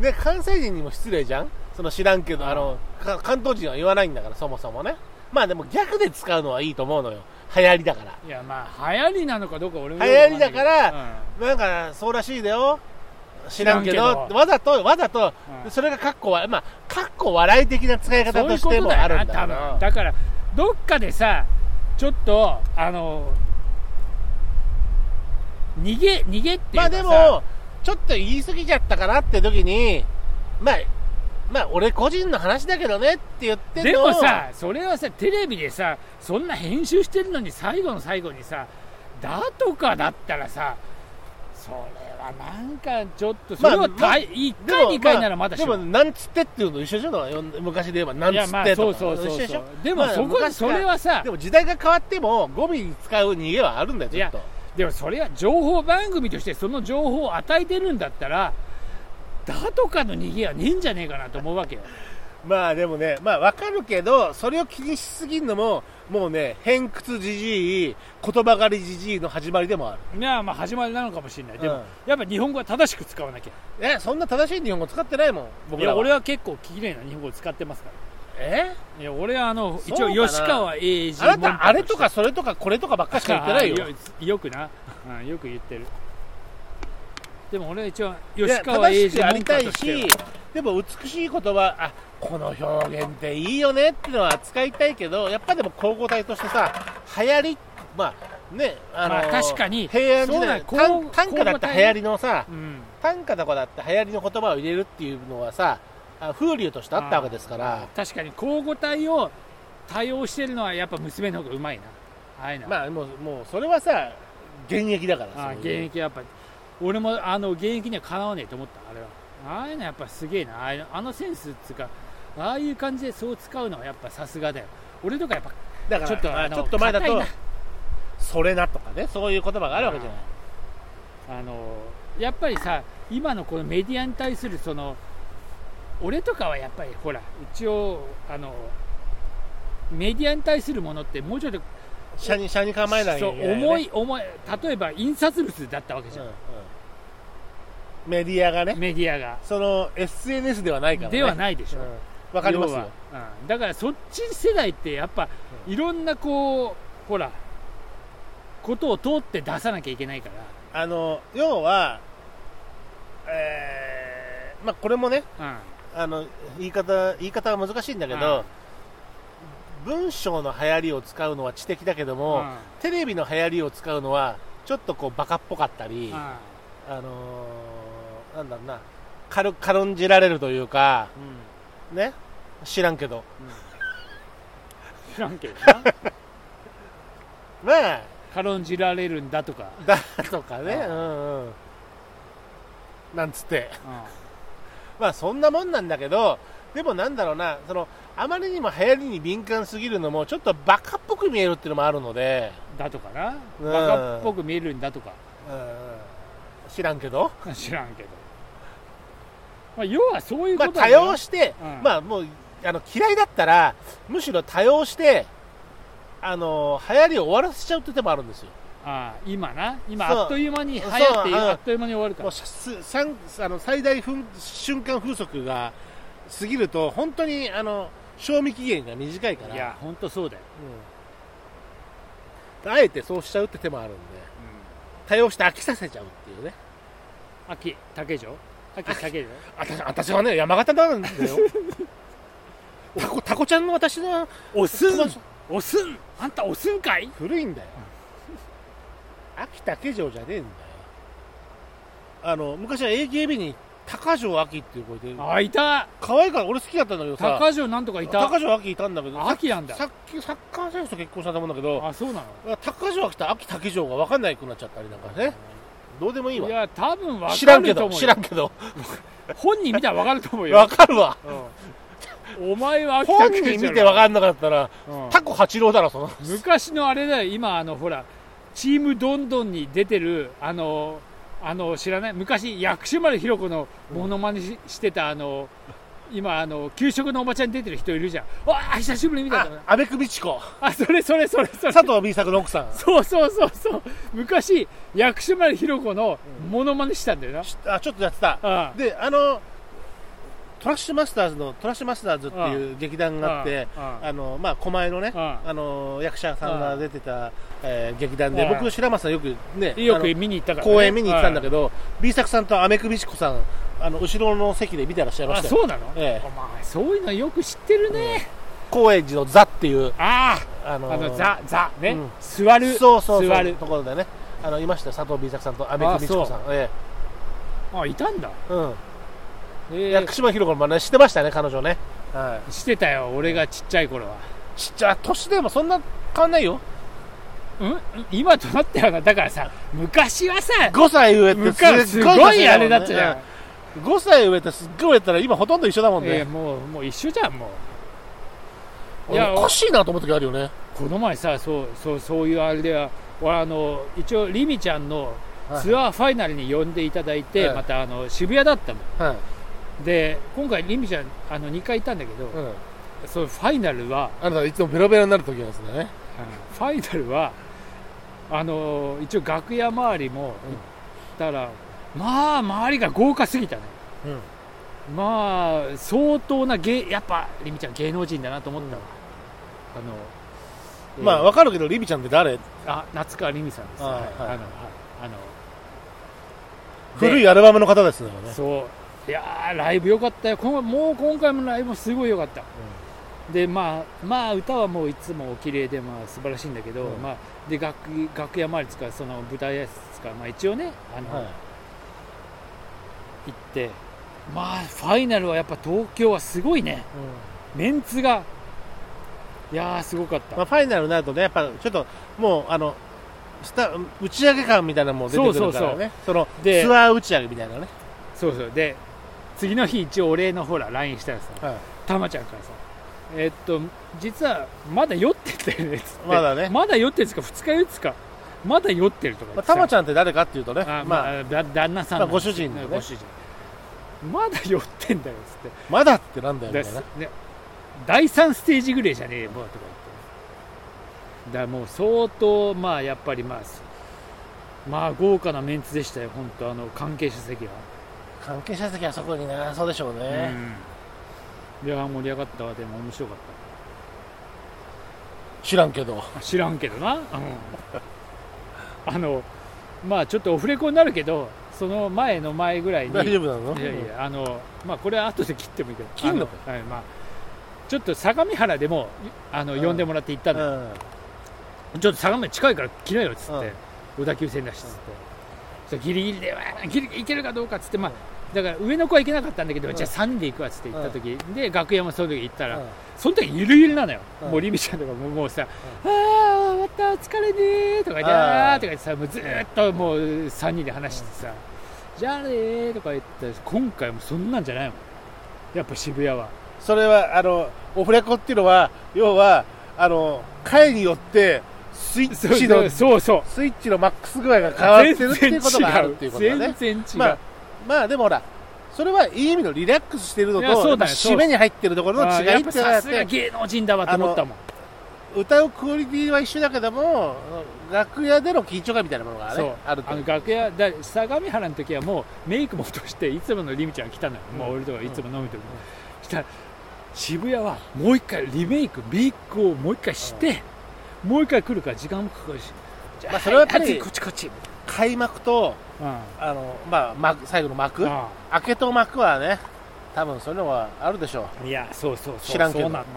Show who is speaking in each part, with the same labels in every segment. Speaker 1: 西人にも失礼じゃんその知らんけど、あの、か関東人は言わないんだから、そもそもね。まあでも逆で使うのはいいと思うのよ。流行りだから。
Speaker 2: いやまあ流行りなのかどうか俺も
Speaker 1: 流行りだから
Speaker 2: うん
Speaker 1: なんか、そうらしいだよ。知らんけど、
Speaker 2: 知らんけど
Speaker 1: わざと、わざと、
Speaker 2: うん
Speaker 1: それがかっこわ、まあ、かっこ笑い的な使い方
Speaker 2: そうい
Speaker 1: と
Speaker 2: う
Speaker 1: し
Speaker 2: こ
Speaker 1: て
Speaker 2: と
Speaker 1: も
Speaker 2: だ
Speaker 1: あ
Speaker 2: よ
Speaker 1: る
Speaker 2: なん
Speaker 1: だ
Speaker 2: 多
Speaker 1: ろう
Speaker 2: 分だからどっかでさちょっとあの逃げ逃げっていうかさ
Speaker 1: まあでも、ちょっと言い過ぎちゃったかなって時に、まあ、まあ、俺個人の話だけどねって言ってん
Speaker 2: で
Speaker 1: のを
Speaker 2: もさそれはさテレビでさそんな編集してるのに最後の最後にさ「だ」とかだったらさそれはなんかちょっとそ
Speaker 1: まあ
Speaker 2: れは
Speaker 1: まあ
Speaker 2: 1
Speaker 1: で
Speaker 2: 回
Speaker 1: も
Speaker 2: 2回ならまだ
Speaker 1: で
Speaker 2: し
Speaker 1: も、
Speaker 2: も
Speaker 1: なんつってっていうの一緒じゃないよ昔で言えば、なん
Speaker 2: い
Speaker 1: つ
Speaker 2: やま
Speaker 1: っ
Speaker 2: あ
Speaker 1: て
Speaker 2: そ
Speaker 1: と
Speaker 2: う
Speaker 1: か。
Speaker 2: そうそう
Speaker 1: 一緒でし
Speaker 2: そ
Speaker 1: ょ
Speaker 2: うでも
Speaker 1: まあ
Speaker 2: そこ
Speaker 1: 昔か
Speaker 2: そ
Speaker 1: ら
Speaker 2: れはさ
Speaker 1: でも時代が変わっても、語尾に使う逃げはあるんだよ、
Speaker 2: い
Speaker 1: ず
Speaker 2: や
Speaker 1: っと。
Speaker 2: でもそれは情報番組としてその情報を与えてるんだったら「だ」とかの逃げはねえんじゃねえかなと思うわけよ
Speaker 1: まあでもね、まあわかるけど、それを気にしすぎるのも、もうね、偏屈じじい、言葉狩りじじいの始まりでもある。
Speaker 2: いやまあ始まりなのかもしれないでも、
Speaker 1: うん
Speaker 2: やっぱ日本語は正しく使わなきゃ
Speaker 1: え、そんな正しい日本語使ってないもん、
Speaker 2: い
Speaker 1: 僕ら
Speaker 2: や
Speaker 1: は。
Speaker 2: 俺は結構綺麗な日本語を使ってますから
Speaker 1: え
Speaker 2: いや俺はあ
Speaker 1: そ
Speaker 2: の
Speaker 1: う
Speaker 2: 一
Speaker 1: か
Speaker 2: 応
Speaker 1: な
Speaker 2: 吉川英治
Speaker 1: あなた、あれと
Speaker 2: し
Speaker 1: かそれとかこれとかばっかしか言ってないよ。
Speaker 2: よよくな、うん、よく言ってるでも俺は一応
Speaker 1: いや
Speaker 2: 吉川
Speaker 1: 正し
Speaker 2: 英治
Speaker 1: くあり
Speaker 2: 文
Speaker 1: た
Speaker 2: 化
Speaker 1: い
Speaker 2: として
Speaker 1: し
Speaker 2: は、
Speaker 1: でも美しい言葉、あ、この表現っていいよねってのは使いたいけど、やっぱでも高校体としてさ、流行り、まあね、あの、
Speaker 2: まあ確かに
Speaker 1: 平安
Speaker 2: そ
Speaker 1: 時
Speaker 2: うだ
Speaker 1: 代、
Speaker 2: よ
Speaker 1: 短
Speaker 2: 高
Speaker 1: 短歌だって流行りのさ、
Speaker 2: うん、
Speaker 1: 短歌とかだって流行りの言葉を入れるっていうのはさあ風流としてあったわけですから
Speaker 2: 確かに交互体を対応してるのはやっぱ娘の方がうまいなああいうのは
Speaker 1: まあもうもうそれはさ現役だから
Speaker 2: ああ
Speaker 1: そう
Speaker 2: 現
Speaker 1: いう
Speaker 2: 役はやっぱ俺もあの現役にはかなわねえと思ったあれはああいうのやっぱすげえなああいうのあのセンスっつうかああいう感じでそう使うのはやっぱさすがだよ俺とかやっぱ
Speaker 1: だから
Speaker 2: ち
Speaker 1: ち
Speaker 2: ょ
Speaker 1: ょ
Speaker 2: っ
Speaker 1: っ
Speaker 2: と
Speaker 1: と,、
Speaker 2: あの
Speaker 1: ちょっと前だ
Speaker 2: 硬い
Speaker 1: と
Speaker 2: な
Speaker 1: 「それな」とかねそういう言葉があるわけじゃない
Speaker 2: あのやっぱりさ今のこのメディアに対するその俺とかはやっぱりほら一応あのメディアに対するものってもうちょっと
Speaker 1: 車に車に構えない
Speaker 2: そう
Speaker 1: よね
Speaker 2: 重い重い例えば印刷物だったわけじ
Speaker 1: う
Speaker 2: ゃ
Speaker 1: ん
Speaker 2: ん
Speaker 1: うん、メディアがね
Speaker 2: メディアが、
Speaker 1: その SNS ではないからね
Speaker 2: ではないでし
Speaker 1: う
Speaker 2: ょ、
Speaker 1: んわ、かります
Speaker 2: 要
Speaker 1: よ
Speaker 2: は、うんだからそっち世代ってやっぱいろんなこうほらことを通って出さなきゃいけないから
Speaker 1: あの要はえーまあこれもね、
Speaker 2: うん
Speaker 1: あの言い方言い方は難しいんだけ
Speaker 2: うん
Speaker 1: ど、文章の流行りを使うのは知的だけども、
Speaker 2: うん
Speaker 1: テレビの流行りを使うのはちょっとこうバカっぽかったり、
Speaker 2: うん
Speaker 1: あのーなんだろうな軽軽んじられるというかね知らんけど
Speaker 2: 知ら んけどな
Speaker 1: まあ
Speaker 2: 軽んじられるんだとか
Speaker 1: だとかね
Speaker 2: う
Speaker 1: うんんうんなんつって
Speaker 2: うん
Speaker 1: まあそんなもんなんだけどでもなんだろうなそのあまりにも流行りに敏感すぎるのもちょっとバカっぽく見えるっていうのもあるので
Speaker 2: だとかな、
Speaker 1: うん
Speaker 2: バカっぽく見えるんだとか
Speaker 1: うん知らんけど、
Speaker 2: 知らんけど、まあ、要はそういうこ
Speaker 1: まあ、多
Speaker 2: とだよ
Speaker 1: 様して、
Speaker 2: うん
Speaker 1: まあもうあの嫌いだったらむしろ多様してあの流行りを終わらせちゃうって手もあるんですよ
Speaker 2: ああ今な今
Speaker 1: そう
Speaker 2: あっという間に流行って
Speaker 1: そううん
Speaker 2: あっという間に終わるか
Speaker 1: もう
Speaker 2: ら
Speaker 1: すさんあの最大風瞬間風速が過ぎると本当にあの賞味期限が短いから
Speaker 2: いや本当そうだよ、
Speaker 1: うんあえてそうしちゃうって手もあるんで多様して飽きさせちゃうっていうね
Speaker 2: 秋竹城秋竹城
Speaker 1: あた私はね山形なんだよ タコタコちゃんの私の
Speaker 2: おすんおすんあんたおすんかい
Speaker 1: 古いんだよ秋竹城じゃねえんだよあの昔は AKB に高城秋っていう子いて
Speaker 2: あいた
Speaker 1: 可愛いから俺好きだったんだけどさ
Speaker 2: 高城なんとかいた
Speaker 1: 高城秋いたんだけど
Speaker 2: 秋なんだ
Speaker 1: さっきサッカー選手と結婚したと思うんだけど
Speaker 2: あそうな
Speaker 1: 高城秋と秋竹城が分かんないくなっちゃったりなんかねどうでもいい
Speaker 2: の
Speaker 1: わ
Speaker 2: いや多分わ
Speaker 1: 知
Speaker 2: から
Speaker 1: んけ
Speaker 2: ると
Speaker 1: ど
Speaker 2: 思う
Speaker 1: 知
Speaker 2: よ
Speaker 1: らんけど
Speaker 2: 本人見たらわかると思うよ
Speaker 1: 分かるわ
Speaker 2: お前は秋
Speaker 1: 本
Speaker 2: 竹
Speaker 1: 人
Speaker 2: 城
Speaker 1: 見て分かんなかったら
Speaker 2: うん
Speaker 1: タコ八郎だろその
Speaker 2: 昔のあれだよ今あのほらチームどんどんに出てるあのあの知らない昔薬師丸ひろ子のモノマネし,、してたあの今あの給食のおばちゃんに出てる人いるじゃんあ久しぶりに見たんだ
Speaker 1: あ安部久美子
Speaker 2: あそれそれそれそれ
Speaker 1: 佐藤 B 作の奥 さん
Speaker 2: そうそうそうそう昔薬師丸ひろ子のモノマネしたんだよな、
Speaker 1: しあちょっとやってた
Speaker 2: あ
Speaker 1: であのトラッシュマスターズのトラッシュマスターズっていう劇団があって、
Speaker 2: あ
Speaker 1: あの、まあ、狛江のね、
Speaker 2: あ
Speaker 1: あの役者さんが出てた、えー劇団で、
Speaker 2: はい
Speaker 1: 僕、白松さん、よくね、
Speaker 2: よ
Speaker 1: あ
Speaker 2: く
Speaker 1: の
Speaker 2: 見に行ったから、ね、
Speaker 1: 公演見に行ったんだ
Speaker 2: け
Speaker 1: けど、B 作さんとアメクミチコさん、あの後ろの席で見てらっしゃいま
Speaker 2: あ
Speaker 1: したよ、
Speaker 2: そうなの、
Speaker 1: ええ
Speaker 2: お前そういうのよく知ってるね、
Speaker 1: 高円寺のザっていう、
Speaker 2: あ
Speaker 1: あ
Speaker 2: あ
Speaker 1: の
Speaker 2: あのザザね、
Speaker 1: うん
Speaker 2: 座る
Speaker 1: そうそう
Speaker 2: 座
Speaker 1: そう
Speaker 2: る
Speaker 1: ところでね、あのいましたよ、佐藤 B 作さんとアメクミチコさん、え
Speaker 2: あいたんだ、
Speaker 1: えうん
Speaker 2: ええ
Speaker 1: 薬師丸ひろ子の真似してましたね、彼女ね、は、
Speaker 2: してたよ俺がちっちゃい頃はい
Speaker 1: ちっちゃい、年でもそんな変わんないよ、
Speaker 2: うん今となってはなだからさ昔はさ
Speaker 1: 5歳上って
Speaker 2: 昔すごいあれだったじ
Speaker 1: ね
Speaker 2: ゃん、
Speaker 1: 5歳上ってすっごい上だったら、今、ほとんど一緒だもん
Speaker 2: ええ
Speaker 1: ね、
Speaker 2: もうもう一緒じゃんもうい
Speaker 1: 俺おかしいなと思う時あるよね。
Speaker 2: この前さそうそうそういうあれでは俺あの一応リミちゃんのツアーファイナルに呼んでいただいて、
Speaker 1: はい
Speaker 2: またあの渋谷だったの
Speaker 1: はい
Speaker 2: で今回リミちゃんあの2回行ったんだけど、
Speaker 1: うん、
Speaker 2: そのファイナルは
Speaker 1: あなたいつもベロベロになる時なんですね
Speaker 2: ファイナルはあの一応楽屋周りも行ったら、まあ周りが豪華すぎたね
Speaker 1: うん
Speaker 2: まあ相当な芸やっぱリミちゃん芸能人だなと思ったわ、あの
Speaker 1: まあわかるけどリビちゃんって誰
Speaker 2: あ夏川りみさんです、
Speaker 1: あ
Speaker 2: はい
Speaker 1: はい
Speaker 2: あの、はいあの
Speaker 1: 古
Speaker 2: い
Speaker 1: いアルバムの方ですよね
Speaker 2: そういやーライブ良かったよこんもう今回もライブもすごい良かった、でまあまあ歌はもういつもお綺麗でまあ素晴らしいんだけど、
Speaker 1: うん
Speaker 2: まあで楽楽屋周りつかその舞台挨拶つかまあ一応ねあの、
Speaker 1: はい
Speaker 2: 行ってまあファイナルはやっぱ東京はすごいねメンツがいやーすごかった、
Speaker 1: まあ、ファイナルになるとねやっぱちょっともうあのスタ打ち上げ感みたいなのも出てくるからねその
Speaker 2: で
Speaker 1: ツアー打ち上げみたいなね、
Speaker 2: そうそうで次の日一応お礼のほら LINE したらさ、
Speaker 1: はい
Speaker 2: たまちゃんからさえーっと実はまだ酔ってんだよねっつって
Speaker 1: まだね
Speaker 2: まだ酔ってるんですか2日酔ってかまだ酔ってると
Speaker 1: まあ、
Speaker 2: か言って
Speaker 1: タ
Speaker 2: さ
Speaker 1: マちゃんって誰かっていうとね
Speaker 2: あま
Speaker 1: まあ、
Speaker 2: あ、だ旦那さ
Speaker 1: ま
Speaker 2: んな
Speaker 1: あ
Speaker 2: ん
Speaker 1: ご
Speaker 2: です
Speaker 1: 主人
Speaker 2: ね
Speaker 1: の
Speaker 2: ご
Speaker 1: ね
Speaker 2: 主人まだ酔ってんだよっつって
Speaker 1: まだってなんだよみ
Speaker 2: で
Speaker 1: たいな
Speaker 2: ね第3ステージぐらいじゃねえよもうとか言ってだからもう相当まあやっぱりまあまあ豪華なメンツでしたよ本当あの関係者席は
Speaker 1: 関係者席はそこになそうでしょうね、
Speaker 2: うん、いや盛り上がったわでも面白かっ
Speaker 1: 知らんけど
Speaker 2: た知らんけどな、うんあのまあちょっとオフレコになるけどその前の前ぐらいに
Speaker 1: 大丈夫なの
Speaker 2: いやいやあのまあこれは後で切ってもいいけど
Speaker 1: 切んのか
Speaker 2: あはいまあ、ちょっと相模原でもあの
Speaker 1: うん
Speaker 2: 呼んでもらって行った
Speaker 1: うんん
Speaker 2: で、ちょっと相模原近いから来なよっつって、小田急線だしっつって、そうギリギリでわーギリ行けるかどうかっつってまあ、だから上の子は行けなかったんだけど、
Speaker 1: うん
Speaker 2: じゃあ3人で行くわっつって行った時、で楽屋もその時行ったら、
Speaker 1: うん
Speaker 2: その時ゆるゆるなのよ、
Speaker 1: うん
Speaker 2: もうリミちゃんとかももうさ「ああまたお疲れねー」とか言って
Speaker 1: あ
Speaker 2: 「
Speaker 1: ー
Speaker 2: あー」とか言ってさもうずーっともう3人で話してさ「じゃあねー」とか言って今回もそんなんじゃないもんやっぱ渋谷は
Speaker 1: それはあのオフレコっていうのは要はあの回によってスイ
Speaker 2: そう
Speaker 1: ッチ
Speaker 2: そう
Speaker 1: の
Speaker 2: そうそう
Speaker 1: スイッチのマックス具合が変わってるっていうことがあるっていうことだ
Speaker 2: 全
Speaker 1: ね
Speaker 2: 然違う全然違
Speaker 1: ま
Speaker 2: う
Speaker 1: あまあでもほらそれはいい意味のリラックスしてるのと
Speaker 2: いやそうだよ
Speaker 1: まあ
Speaker 2: そう
Speaker 1: 締めに入ってるところの
Speaker 2: あ
Speaker 1: 違
Speaker 2: ー
Speaker 1: い
Speaker 2: やっ
Speaker 1: って
Speaker 2: ぱ
Speaker 1: いうのがあ
Speaker 2: さ
Speaker 1: っ
Speaker 2: すが
Speaker 1: て
Speaker 2: 芸能人だわと思ったもん
Speaker 1: 歌うクオリティは一緒だけども楽屋での緊張感みたいなものが
Speaker 2: そ
Speaker 1: ね
Speaker 2: う
Speaker 1: あると
Speaker 2: あの楽屋だ相模原の時はもうメイクも落としていつものリミちゃんが来たのよ、もう俺とかいつも飲む時に、したら渋谷はもう一回リメイクメイクをもう一回して、もう一回来るから時間もかかるしじゃ
Speaker 1: まあそれはやっぱり
Speaker 2: はいあっちこっちこっち、
Speaker 1: 開幕と
Speaker 2: うんあ
Speaker 1: あの、まあ、幕最後の幕
Speaker 2: あ
Speaker 1: 明けと幕はね多分そういうのはあるでしょう
Speaker 2: いやそうそうそう
Speaker 1: 知らんけど
Speaker 2: そうなんだ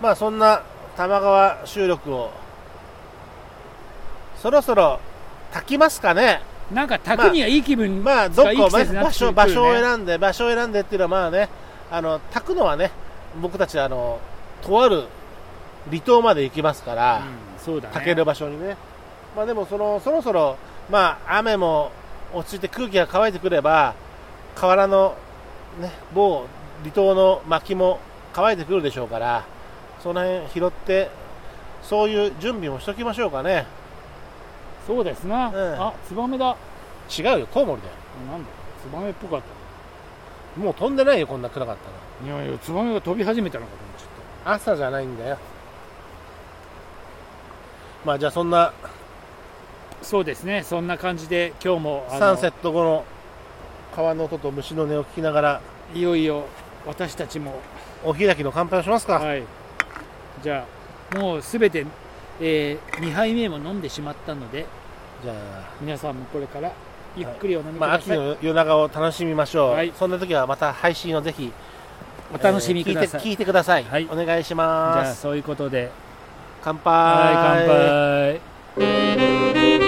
Speaker 1: まあそんな玉川収録をそろそろ炊きますかね
Speaker 2: なんか匠にはいい気分、
Speaker 1: まあど
Speaker 2: いい
Speaker 1: こ
Speaker 2: 季
Speaker 1: か、
Speaker 2: 節に
Speaker 1: ね、
Speaker 2: なっ
Speaker 1: 場
Speaker 2: てくる
Speaker 1: 所
Speaker 2: ね
Speaker 1: 場所を選んで場所を選んでっていうのはまあねあの炊くのはね僕たちあのとある離島まで行きますから、
Speaker 2: うんそうだね
Speaker 1: 炊ける場所にねまあでもそのそろそろまあ雨も落ち着いて空気が乾いてくれば河原のね某離島の薪も乾いてくるでしょうからその辺拾ってそういう準備もしときましょうかね
Speaker 2: そうですな、
Speaker 1: うん
Speaker 2: あツバメだなんだ
Speaker 1: 違うよコウモリだよ
Speaker 2: ツバメっぽかった
Speaker 1: もう飛んでないよこんな暗かったら
Speaker 2: いやいやツバメが飛び始めたのかと思っちゃった
Speaker 1: 朝じゃないんだよまあじゃあそんな
Speaker 2: そうですね、そんな感じで今日もあの
Speaker 1: サンセット後の川の音と虫の音を聞きながら
Speaker 2: いよいよ私たちも
Speaker 1: お開きの乾杯をしますか。
Speaker 2: はいじゃあもうすべて、え2杯目も飲んでしまったので
Speaker 1: じゃあ、
Speaker 2: 皆さんもこれからゆっくりお飲みく
Speaker 1: まあ、
Speaker 2: だ
Speaker 1: 秋
Speaker 2: さい、
Speaker 1: の夜長を楽しみましょう。
Speaker 2: はい
Speaker 1: そんな時はまた配信をぜひ、
Speaker 2: お楽しみください,、
Speaker 1: えー聞いて聞いてください。
Speaker 2: はい
Speaker 1: お願いし
Speaker 2: じ
Speaker 1: ま
Speaker 2: ゃあ
Speaker 1: す。
Speaker 2: そういうことで
Speaker 1: 乾杯。
Speaker 2: はい乾杯